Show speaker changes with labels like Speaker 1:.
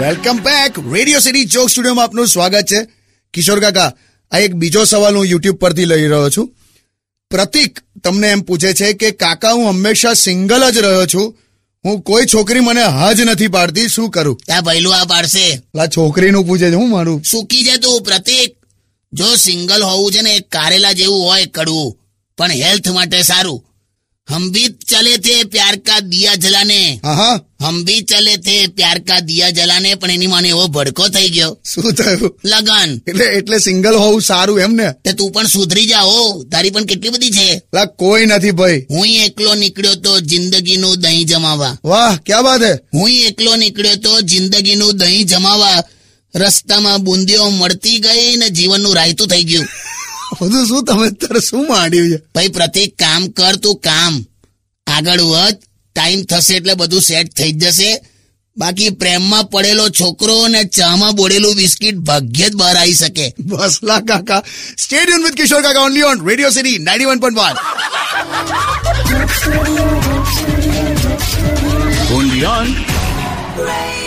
Speaker 1: welcome back radio city ચોક સ્ટુડિયોમાં આપનું સ્વાગત છે કિશોર કાકા આ એક બીજો સવાલ હું યુટ્યુબ પરથી લઈ રહ્યો છું પ્રતિક તમને એમ પૂછે છે કે કાકા હું હંમેશા સિંગલ જ રહ્યો છું હું કોઈ છોકરી મને હા જ નથી પાડતી શું કરું
Speaker 2: ત્યાં પહેલું આ પાડશે
Speaker 1: લા છોકરીનું પૂછે છે હું મારું
Speaker 2: સૂકી છે તું પ્રતિક જો સિંગલ હોવું છે ને એક કારેલા જેવું હોય કડવું પણ હેલ્થ માટે સારું હમ ભી ચલે થે પ્યાર કા દિયા જલાને
Speaker 1: હા હા
Speaker 2: હમ ભી ચલે થે પ્યાર કા દિયા જલાને પણ એની મને એવો ભડકો થઈ ગયો
Speaker 1: શું થયું
Speaker 2: લગન
Speaker 1: એટલે એટલે સિંગલ હોવું સારું એમ ને
Speaker 2: તે તું પણ સુધરી જા હો તારી પણ કેટલી બધી છે
Speaker 1: લા કોઈ નથી ભાઈ
Speaker 2: હું એકલો નીકળ્યો તો જિંદગીનું દહીં જમાવા
Speaker 1: વાહ ક્યાં વાત હે
Speaker 2: હું એકલો નીકળ્યો તો જિંદગીનું દહીં જમાવા રસ્તામાં બુંદીઓ મળતી ગઈ ને જીવનનું રાયતું થઈ ગયું
Speaker 1: બધું શું તમે અત્યારે શું માંડ્યું છે
Speaker 2: ભાઈ પ્રતિક કામ કર તું કામ આગળ વધ ટાઈમ થશે એટલે બધું સેટ થઈ જ જશે બાકી પ્રેમમાં પડેલો છોકરો અને ચામાં બોળેલું બિસ્કિટ ભાગ્યે જ બહાર આવી શકે
Speaker 1: બસ લા કાકા stadium with Kishore Kaka only on radio city ninety one point one
Speaker 3: only on
Speaker 4: Radio